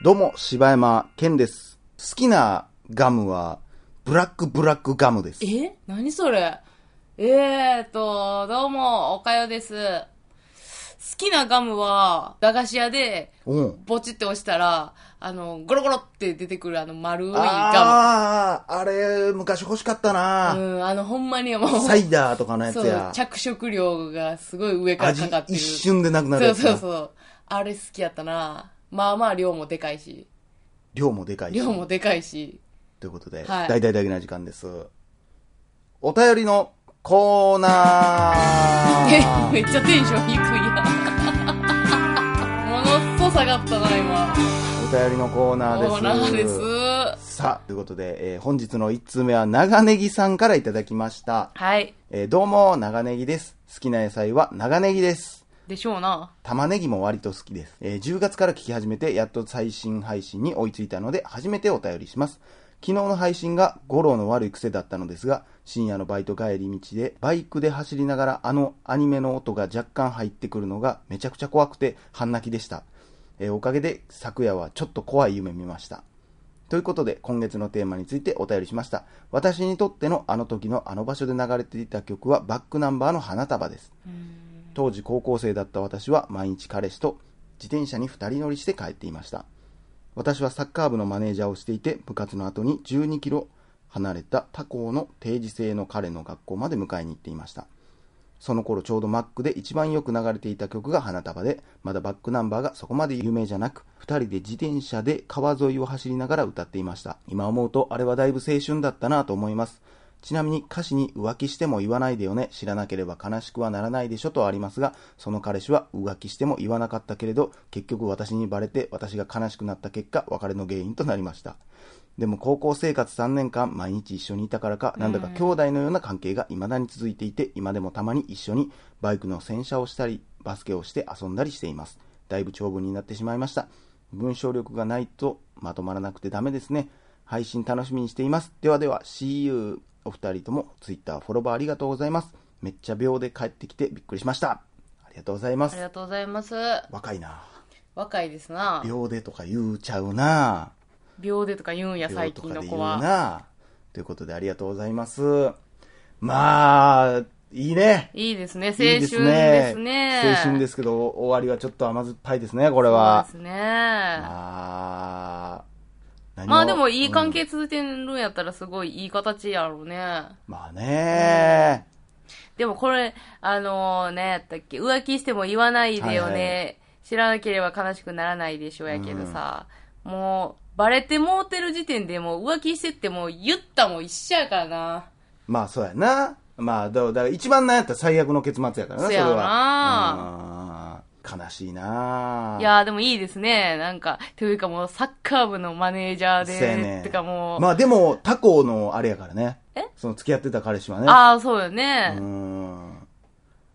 どうも、柴山健です。好きなガムは、ブラックブラックガムです。え何それえーと、どうも、おかよです。好きなガムは、駄菓子屋で、うん。ボチって押したら、あの、ゴロゴロって出てくるあの丸いガああ、あれ、昔欲しかったム。な、うん、あの、ほんまにもう、サイダーとかのやつそうや、。着色料がすごい上から味かかって一る。瞬でなくなるそうやつなそうそう。あれ好きやったな。まあまあ量もでかいし、量もでかいし。量もでかいし。ということで、はい大々だけな時間です。お便りのコーナえーめっちゃテンション低いや ん。ものっそ下がったな、今。お便りのコーナーです。コーナーです。さあ、ということで、えー本日の1通目は長ネギさんからいただきました。はい。えーどうも、長ネギです。好きな野菜は長ネギです。でしょうな。玉ねぎも割と好きです。えー10月から聞き始めて、やっと最新配信に追いついたので、初めてお便りします。昨日の配信が五郎の悪い癖だったのですが、深夜のバイト帰り道で、バイクで走りながらあのアニメの音が若干入ってくるのがめちゃくちゃ怖くて半泣きでした。えーおかげで昨夜はちょっと怖い夢見ました。ということで、今月のテーマについてお便りしました。私にとってのあの時のあの場所で流れていた曲はバックナンバーの花束です。当時高校生だった私は毎日彼氏と自転車に二人乗りして帰っていました。私はサッカー部のマネージャーをしていて、部活の後に12キロ離れた他校の定時制の彼の学校まで迎えに行っていました。その頃ちょうどマックで一番よく流れていた曲が花束で、まだバックナンバーがそこまで有名じゃなく、二人で自転車で川沿いを走りながら歌っていました。今思うとあれはだいぶ青春だったなと思います。ちなみに歌詞に浮気しても言わないでよね、知らなければ悲しくはならないでしょとありますが、その彼氏は浮気しても言わなかったけれど、結局私にバレて私が悲しくなった結果、別れの原因となりました。でも高校生活3年間毎日一緒にいたからか、なんだか兄弟のような関係が未だに続いていて、今でもたまに一緒にバイクの洗車をしたり、バスケをして遊んだりしています。だいぶ長文になってしまいました。文章力がないとまとまらなくてダメですね。配信楽しみにしています。ではでは、See you! お二人とも Twitter フォロバーありがとうございます。めっちゃ秒で帰ってきてびっくりしました。ありがとうございまあすり。がとうございます。若いな。若いですな。秒でとか言うちゃうな。秒でとか言うんや、病最と近かので言子うは。なということでありがとうございます。まあ、いいね。いいですね。青い春いですね。青春ですけど、終わりはちょっと甘酸っぱいですね、これそうはで。すね。まあ、何まあでもいい関うん係続いてるんやったらすごいいい形やろうね。まあね、でもこれ、あのね、やったっけ、浮気しても言わないでよね。はいは知らなければ悲しくならないでしょうやけどさ、もう、バレてもうてる時点でもう浮気してってもう言ったも一緒やからな。まあそうやな。まあ、だだから一番なんやったら最悪の結末やからな、そそうれやなは。うん悲しいないやーでもいいですね。なんか、というかもうサッカー部のマネージャーそうやねで、とかもう、まあでも、他校のあれやからね。えその付き合ってた彼氏はね。ああ、そうようね。ん、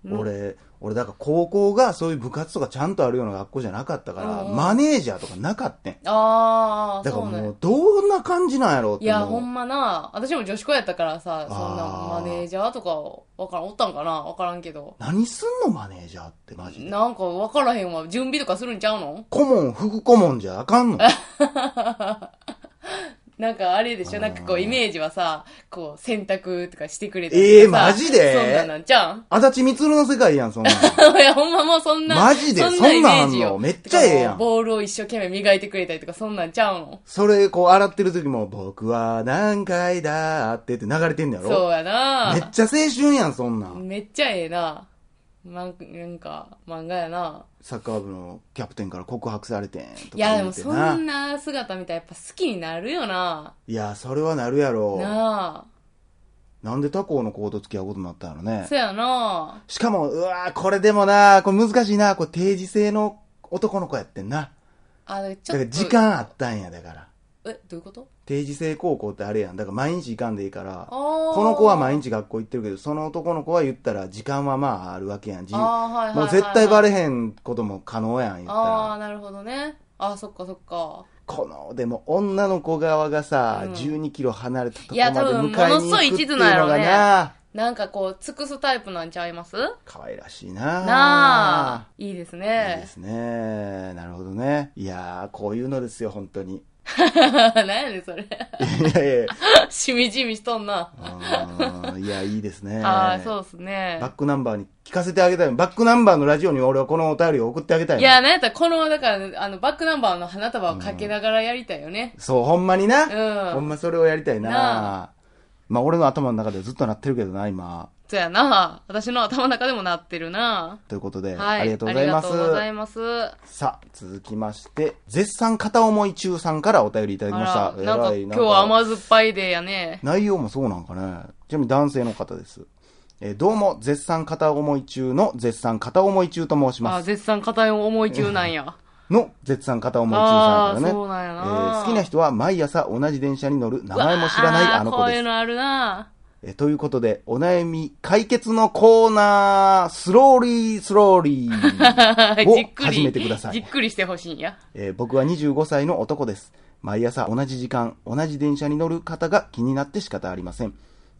俺、俺、だから高校がそういう部活とかちゃんとあるような学校じゃなかったから、うんマネージャーとかなかったん。ああ、だかそらうねも。う、どんな感じなんやろうってい思う。や、ほんまな、私も女子校やったからさ、そんあなーマネージャーとか、わからん、おったんかなわからんけど。何すんの、マネージャーって、マジで。なんかわからへんわ。準備とかするんちゃうの顧問、副顧問じゃあかんの。なんかあれでしょなんかこうイメージはさ、こう洗濯とかしてくれたええとかさマジでそんなんなんちゃうん 足立みつるの世界やん、そんなん。いや、ほんまもうそんな。マジでイメージよそんなんあんのめっちゃええやんとかもうボールを一生懸命磨いてくれたりとか、そんなんちゃうのそれ、こう、洗ってる時も、僕は何回だーってって流れてんのやろそうやなめっちゃ青春やん、そんなん。めっちゃええな。なんなんか、漫画やな。サッカー部のキャプテンから告白されてんとか言うていや、でもそなんな姿見たらやっぱ好きになるよな。いや、それはなるやろ。ななんで他校の子と付き合うことになったんやろあ。ね。そやな。しかも、うわーこれでもなこれ難しいなこれ定時制の男の子やってんな。あの、ちだかょっと。ら時。間あったんや、だから。え、どういうこと定時制高校ってあれやん。だから毎日行かんでいいから、あーこの子は毎日学校行ってるけど、その男の子は言ったら時間はまああるわけやん。自由。あーはいはいはいはいもう絶対バレへんことも可能やん、言ったああら。ー、なるほどね。あー、そっかそっか。この、でも女の子側がさ、うん12キロ離れたとこいやま多で分迎えに行くっていうのものすごい一途なんやろがねななんかこう、尽くすタイプなんちゃいます可愛らしいななあ。いいですいいで ね。すね。なるほどね。いやー、こういうのですよ、本当 に。なんやねん、それ。 いやいやしみじみしとんな。あーいや、いいですね。ああ、そうですねバッ。クナンバーに聞かせてあげたい。バックナンバーのラジオに俺はこのお便りを送ってあげたいの。いや、なんやったら、この、だから、あの、バックナンバーの花束をかけながらやりたいよね。そう、ほんまにな。うんほんまそれをやりたいな。なまあ俺の頭の中ではずっとなってるけどな、今。そうやな。私の頭の中でもなってるな。ということで、はい。ありがとうございますあり。がとうございます。さあ、続きまして、絶賛片思い中さんからお便りいただきましあた。らなんかえらい今日は甘酸っぱいデーやね。内容もそうなんかね。ちなみに男性の方です。えーどうも、絶賛片思い中の絶賛片思い中と申しあまあ、す。絶賛硬い思い中なんや。の絶賛片思い中さんからあね。ーそうなんやなえー好きな人は毎朝同じ電車に乗る 名前も知らないあのう子わーこうでいうす。のあるな。えーということで、お悩み解決のコーナー、スローリースローリー。 じっくり。始めてくださいじっくりしてほしいんや。 えー僕は25歳の男です。毎朝同じ時間、同じ電車に乗る方が気になって仕方ありません。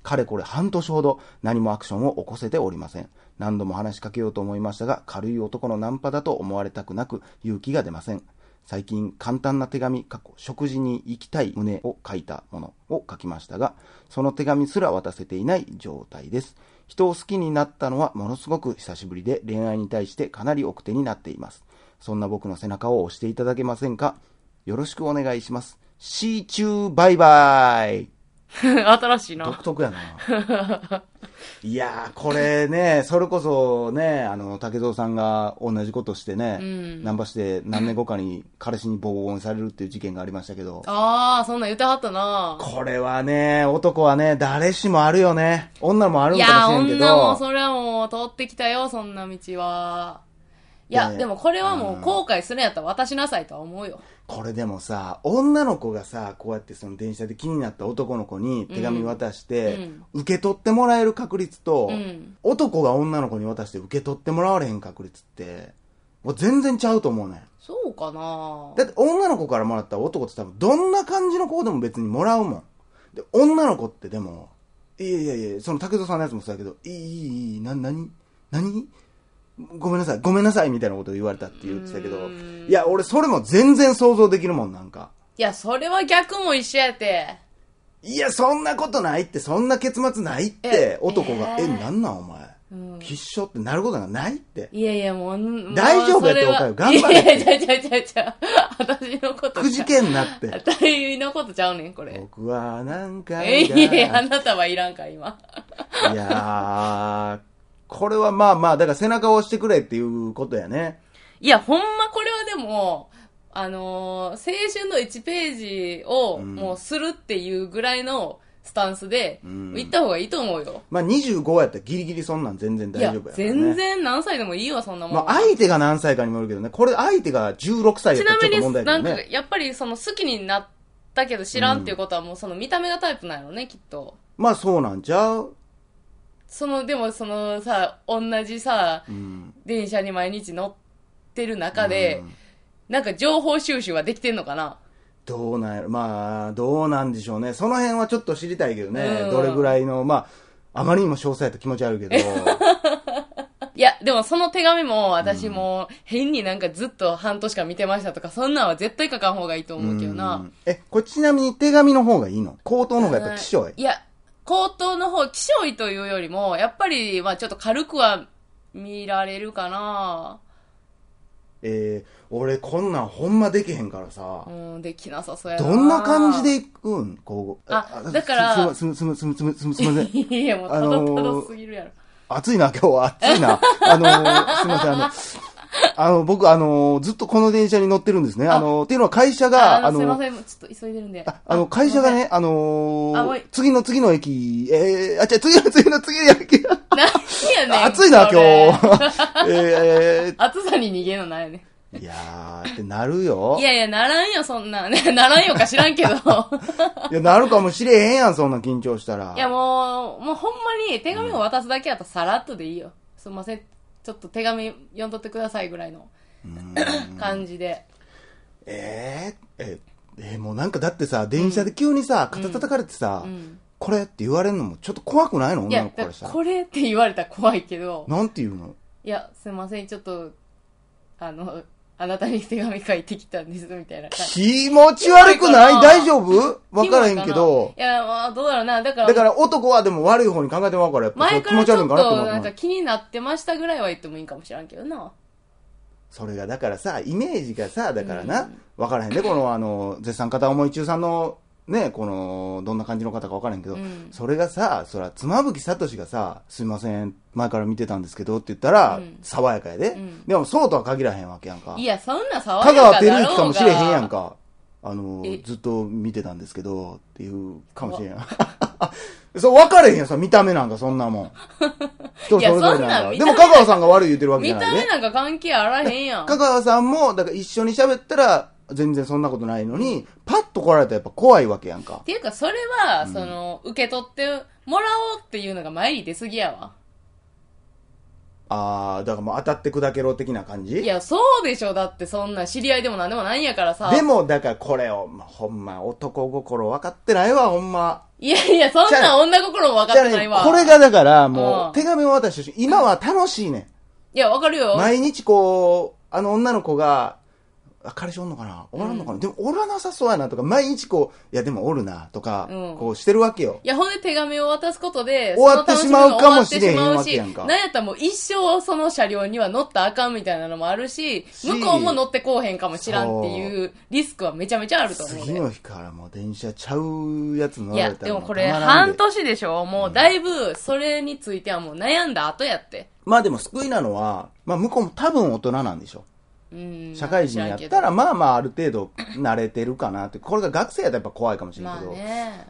かれこれ半年ほど何もアクションを起こせておりません。何度も話しかけようと思いましたが、軽い男のナンパだと思われたくなく勇気が出ません。最近、簡単な手紙、過去、食事に行きたい旨を書いたものを書きましたが、その手紙すら渡せていない状態です。人を好きになったのはものすごく久しぶりで、恋愛に対してかなり奥手になっています。そんな僕の背中を押していただけませんかよろしくお願いします。See you, バイバイ新しいな。独特やな。いやー、これね、それこそね、あの、竹蔵さんが同じことしてね、うんナンパして何年後かに彼氏にボコボコにされるっていう事件がありましたけど、ああ、そんなん言ってはったな。これはね、男はね、誰しもあるよね。女もあるいんかやもしれんけど。女もそれはもう通ってきたよ、そんな道は。いや、ねでもこれはもう後悔するんやったら渡しなさいとは思うよ。これでもさ女の子がさこうやってその電車で気になった男の子に手紙渡して、うん受け取ってもらえる確率と、うん男が女の子に渡して受け取ってもらわれへん確率ってもう全然ちゃうと思うねんそうかなだって女の子からもらったら男って多分どんな感じの子でも別にもらうもんで女の子ってでもいやいやいやその竹戸さんのやつもそうだけどいいいいいいな何何ごめんなさいごめんなさいみたいなこと言われたって言ってたけどいや俺それも全然想像できるもんなんかいや、それは逆も一緒やて。いや、そんなことないって、そんな結末ないってえ、男が、ええ、ーなんなんお前、うん必勝ってなることがないって。いやいや、もう、もう大丈夫やってそれはおかよ頑張れいやいや、ちゃうちゃうちゃうちゃう。私のことくじけんな って。私のことちゃうねん、これ。僕は、なんか、え、 いやいや、あなたはいらんか、今。 いやー、これはまあまあ、だから背中を押してくれっていうことやね。いや、ほんまこれはでも、あのー青春の1ページをうんもうするっていうぐらいのスタンスで、うん行った方がいいと思うよ。まあ25やったらギリギリそんなん全然い大や丈夫や、から、ね。全。然何歳でもいいわ、そんなもん。まあ相手が何歳かにもよるけどね、これ相手が16歳やっちたらなちょみっとに、問題だなよんか、ね。やっぱりその好きになったけど知らんっていうことはもうその見た目がタイプなのね、きっと。まあそうなんちゃうその、でもそのさ、同じさう、ん。電車に毎日乗ってる中で、うんなんか情報収集はできてんのかなどうなんやろまあ、どうなんでしょうね。その辺はちょっと知りたいけどね。うんどれぐらいの、まあ、あまりにも詳細やと気持ち悪い けど。いや、でもその手紙も私も変になんかずっと半年間見てましたとか、そんなんは絶対書かん方がいいと思うけどうな。んえ、これちなみに手紙の方がいいの口頭の方がやっぱ希少い。いや、口頭の方、希少いというよりも、やっぱり、まあちょっと軽くは見られるかな。えー、俺こんなんほんまできへんからさう。ん、できなさそうやな。どんな感じで行くんこう。あだからす、す、す、す、す、す、す、すみません。 いや、もうただただすぎるやろ。暑いな、今日は。暑いな。あのー、すみません、あの、あの、僕、あのー、ずっとこの電車に乗ってるんですね。あのー、っていうのは会社が、ああの、すいのま、せん、ちょっと急いでるんで。ああの、会社がね、ああのもうーい、次の次の駅、えー、あ、違う、次の次の次の駅、すいません、何やねん。暑いな、今そ日れ。え暑さに逃げんのなんやねー、いやー、ってなるよん。い。やいや、ならんよ、そんな。 ならんよか知らんけど。いや、なるかもしれへんやん、そんな緊張したら。いや、もう、もうほんまに手紙を渡すだけやったらさらっとでいいよ。すいません、ちょっと手紙読んどってくださいぐらいの感じで。えー、え、えーもうなんかだってさ、電車で急にさ、肩叩かれてさ、うん。これって言われるのもちょっと怖くないのい女やの子かだかららしたら。これって言われたら怖いけどなんて言うのいやすいませんちょっとあのあなたに手紙書いてきたんですみたいな感じ気持ち悪くないキモいかな大丈夫わからへんけどい。やまあどうだろうなだからだから男はでも悪い方に考えてもらうから、やっぱ前りか気ら持ちち悪いょんっかなとと思なんうか。気になってましたぐらいは言ってもいいかもしらんけどなそれがだからさ、イメージがさ、だからな、わからへんで、このあの、絶賛片思い中さんの、ね、この、どんな感じの方かわからへんけど、うんそれがさ、そら、妻夫木聡がさ、すいません、前から見てたんですけどって言ったら、うん爽やかやで、うんでもそうとは限らへんわけやんか。いやそんな香爽やかだろう川が照之かもしれへんやんか。あのえ、ずっと見てたんですけど、っていう、かもしれんやん。そう、分かれへん やん、さ、見た目なんか、そんな もん。人いやそれぞれなんそんなか。見でも、た目香川さんが悪い言うてるわけじ見ゃたない目で。なんか関係あらへんやん香川さんも、だから一緒に喋ったら、全然そんなことないのに、パッと来られたらやっぱ怖いわけやんかっ。ていうか、それは、その、受け取ってもらおうっていうのが前に出すぎやわ。あー、だからもう当たって砕けろ的な感じいや、そうでしょ。だって、そんな知り合いでもなんでもないんやからさ。でも、だからこれを、まほんま、男心分かってないわ、ほんま。いやいや、そんじゃな女心も分かってないじゃわ。あねこれ。がだから、もうう、ん手紙を渡してほしい。今は楽しいねん。いや、わかるよ。毎日こう、あの女の子が、あ彼氏おんのかなおらんのかな、でもおらなさそうやなとか、毎日こう、いやでもおるなとか、うんこうしてるわけよ。いや、ほんで手紙を渡すことで、終わってしまうかもしれへんわけやんかその楽しみも終わってしまうしなんやったらもう一生その車両には乗ったらあかんみたいなのもあるし、し向こうも乗ってこうへんかもしらんっていうリスクはめちゃめちゃあると思う次ね。の日からもう電車ちゃうやつ乗いらや、れたでらもうこれたまらん半年でしょもうだいぶ、それについてはもう悩んだ後やって。まあでも救いなのは、まあ向こうも多分大人なんでしょ。うん社会人やっ知たら、んまあまあある程度慣れてるかなって。これが学生やったらやっぱ怖いかもしけれどんまあけど。ね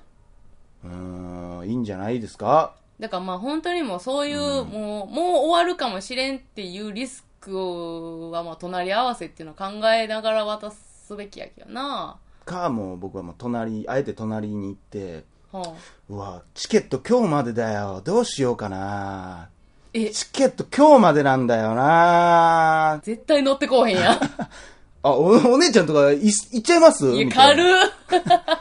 うーん、いいんじゃないですかだからまあ本当にもうそういう、もうもう終わるかもしれんっていうリスクをはまあ隣り合わせっていうのを考えながら渡すべきやけどな、か、もう僕はもう隣、あえて隣に行って、はあ、うわ、チケット今日までだよ。どうしようかな。えチケット今日までなんだよな。絶対乗ってこうへん やんあ、おお姉ちゃんとかい行っちゃいますいやみたい軽なっ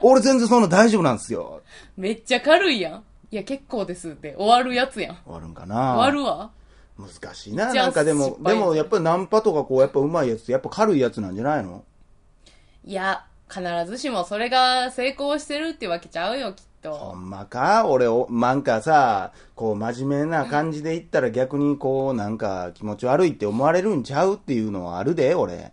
俺全然そんな大丈夫なんですよ。めっちゃ軽いやんいや結構ですって終わるやつやん終わるんかな。終わるわ難しいな。じゃあなんかでも失、敗でもやっぱりナンパとかこう、やっぱ上手いやつってやっぱ軽いやつなんじゃないのいや必ずしもそれが成功してるってわけちゃうよきっほとんまか俺を、なんかさ、こう真面目な感じで言ったら逆にこう、なんか気持ち悪いって思われるんちゃうっていうのはあるで、俺。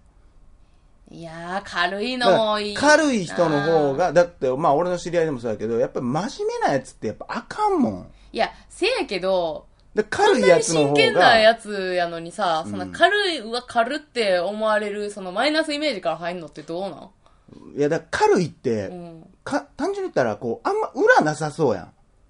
いやー軽いだかのらもいいな軽い人の方が、だって、まあ俺の知り合いでもそうやけど、やっぱり真面目なやつってやっぱあかんもん。いやせやけどでそ軽んいなやにつの真方剣なが、やつやのにさ、そんなうん軽い、うわ、軽って思われる、そのマイナスイメージから入るのってどうなんいやだから軽いって、うん。か単純に言ったらこう、あんま裏なさそうや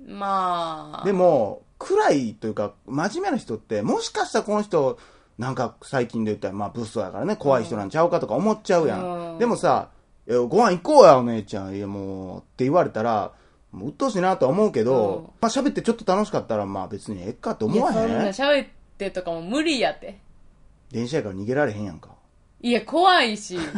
ん。まあ。でも、暗いというか、真面目な人って、もしかしたらこの人、なんか最近で言ったら、まあ、物騒やからね、怖い人なんちゃうかとか思っちゃうやん。うんでもさ、いやご飯行こうや、お姉ちゃん。いや、もう、って言われたら、もう、鬱陶しいなとは思うけど、うんまあ、喋ってちょっと楽しかったら、まあ、別にええかってい思や、わそんなへん喋ってとかも無理やって。電車やから逃げられへんやんか。いや、怖いし。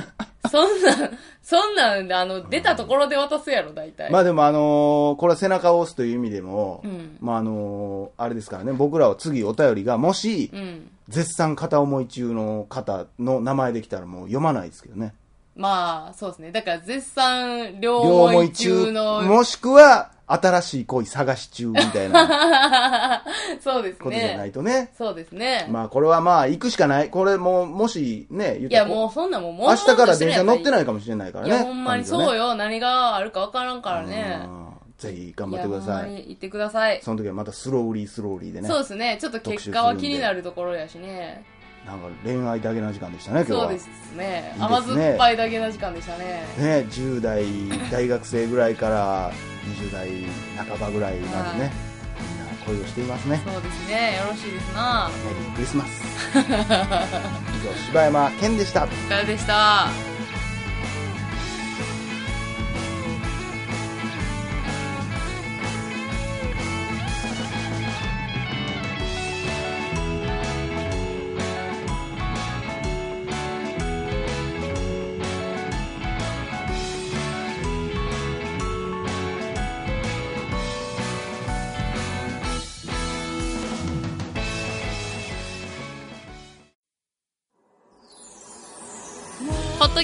そんなん、そんなん、あの、出たところで渡すやろ、大体。まあでもあのーこれは背中を押すという意味でも、うんまああのーあれですからね、僕らは次お便りが、もし、うん。絶賛片思い中の方の名前できたらもう読まないですけどね。まあ、そうですね。だから、絶賛、両両思思いい中中の、もしくは、新しい恋探し中みたいな そうですことじゃなね。いとね。そうですね。まあ、これはまあ、行くしかない。これも、もしね、言いや、もこう、そんなんもう、も明日から電車乗っていないかもしれないからいね。や、ほんまにそうよ。何があるか分からんから彼女ねね。うんぜひ頑張ってくださやほんまい。に行ってください。その時はまたスローリースローリーでね。そうですね。ちょっと結果は気になるところやしね。なんか恋愛だけの時間でしたね、今日そうは。ですねいいですね甘酸っぱいだけの時間でしたね。ね、10代、大学生ぐらいから20代半ばぐらいまでね、みんな恋をしていますね。そうですね。よろしいですな。メリークリスマス。以上、柴山健でした。お疲れでした。ッド